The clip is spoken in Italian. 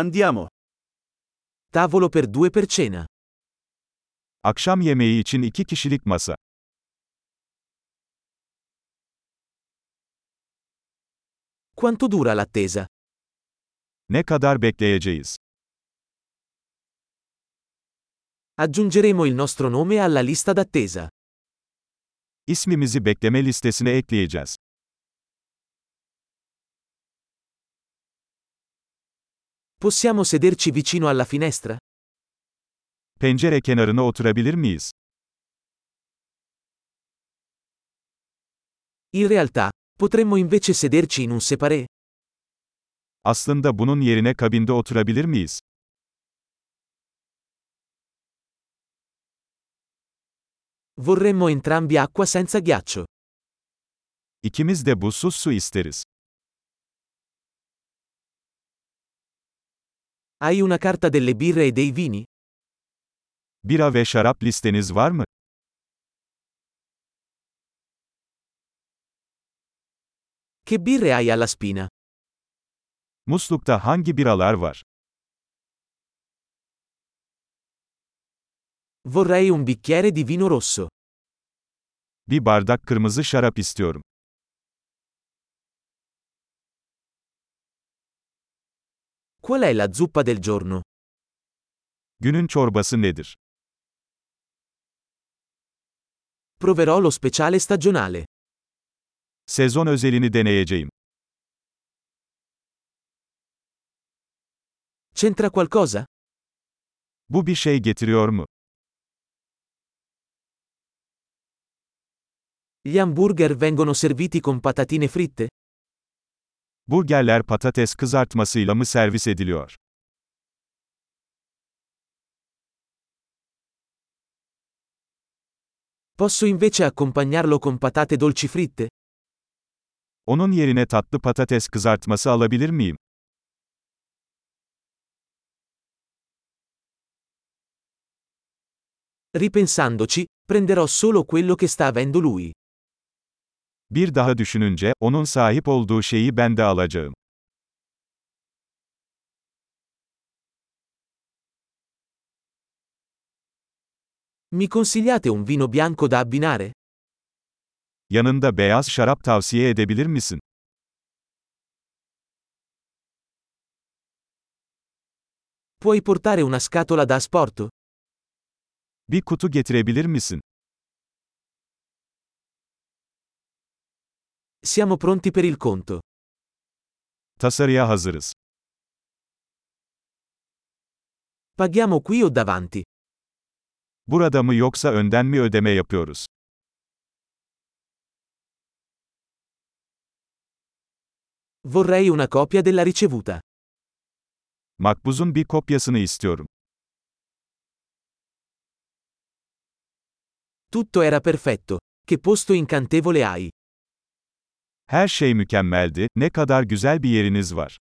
Andiamo. Tavolo per due per cena. Akşam yemeği için iki kişilik masa. Quanto dura l'attesa? Ne kadar bekleyeceğiz? Aggiungeremo il nostro nome alla lista d'attesa. İsmimizi bekleme listesine ekleyeceğiz. Possiamo sederci vicino alla finestra? Pencere kenarına oturabilir miyiz? In realtà, potremmo invece sederci in un separé. Aslında bunun yerine kabinde oturabilir miyiz? Vorremmo entrambi acqua senza ghiaccio. İkimiz de buzsuz su isteriz. Hai una carta delle birre e dei vini? Bira ve şarap listeniz var mı? Che birre hai alla spina? Muslukta hangi biralar var? Vorrei un bicchiere di vino rosso. Bir bardak kırmızı şarap istiyorum. Qual è la zuppa del giorno? Günün çorbası nedir? Proverò lo speciale stagionale. Sezon özelini deneyeceğim. C'entra qualcosa? Bu bir şey getiriyor mu? Gli hamburger vengono serviti con patatine fritte? Burgerler patates kızartmasıyla mı servis ediliyor? Posso invece accompagnarlo con patate dolci fritte? Onun yerine tatlı patates kızartması alabilir miyim? Ripensandoci, prenderò solo quello che sta avendo lui. Bir daha düşününce, onun sahip olduğu şeyi ben de alacağım. Mi consigliate un vino bianco da abbinare? Yanında beyaz şarap tavsiye edebilir misin? Puoi portare una scatola da asporto? Bir kutu getirebilir misin? Siamo pronti per il conto. Tasarıya hazırız. Paghiamo qui o davanti? Burada mı yoksa önden mi ödeme yapıyoruz? Vorrei una copia della ricevuta. Makbuzun bir kopyasını istiyorum. Tutto era perfetto. Che posto incantevole hai. Her şey mükemmeldi, ne kadar güzel bir yeriniz var.